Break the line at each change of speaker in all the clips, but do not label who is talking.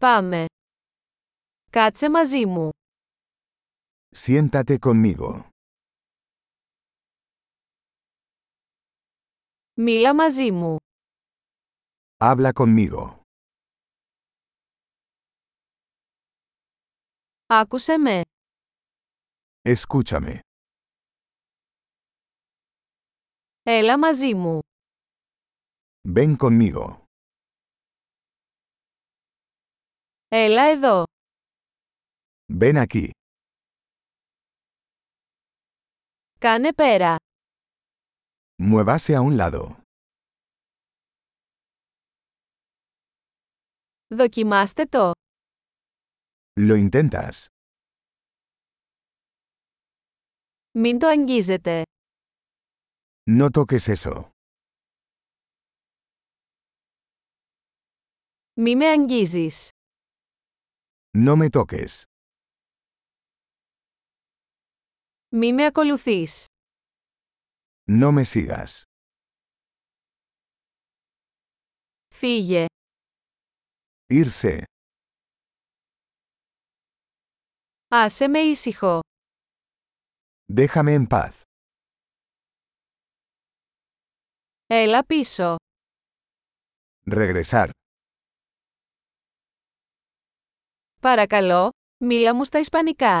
Πάμε. Κάτσε μαζί μου.
Siéntate conmigo.
Μίλα μαζί μου.
Habla conmigo.
Άκουσε με.
Escúchame.
Έλα μαζί μου.
Ven conmigo.
Έλα εδώ.
Ven aquí.
Κάνε πέρα.
Muévase a un lado.
Δοκιμάστε το.
Lo intentas.
Μην το αγγίζετε.
No toques eso.
Μη με αγγίζεις.
No me toques.
Μη με ακολουθείς.
No me sigas.
Φύγε.
Irse.
Άσε με ήσυχο.
Déjame en paz.
Έλα πίσω.
Regresar.
Παρακαλώ, μίλα μου στα Ισπανικά.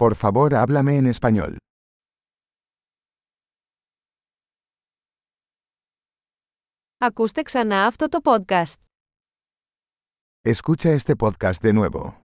Por favor, háblame en español.
Ακούστε ξανά αυτό το podcast.
Escucha este podcast de nuevo.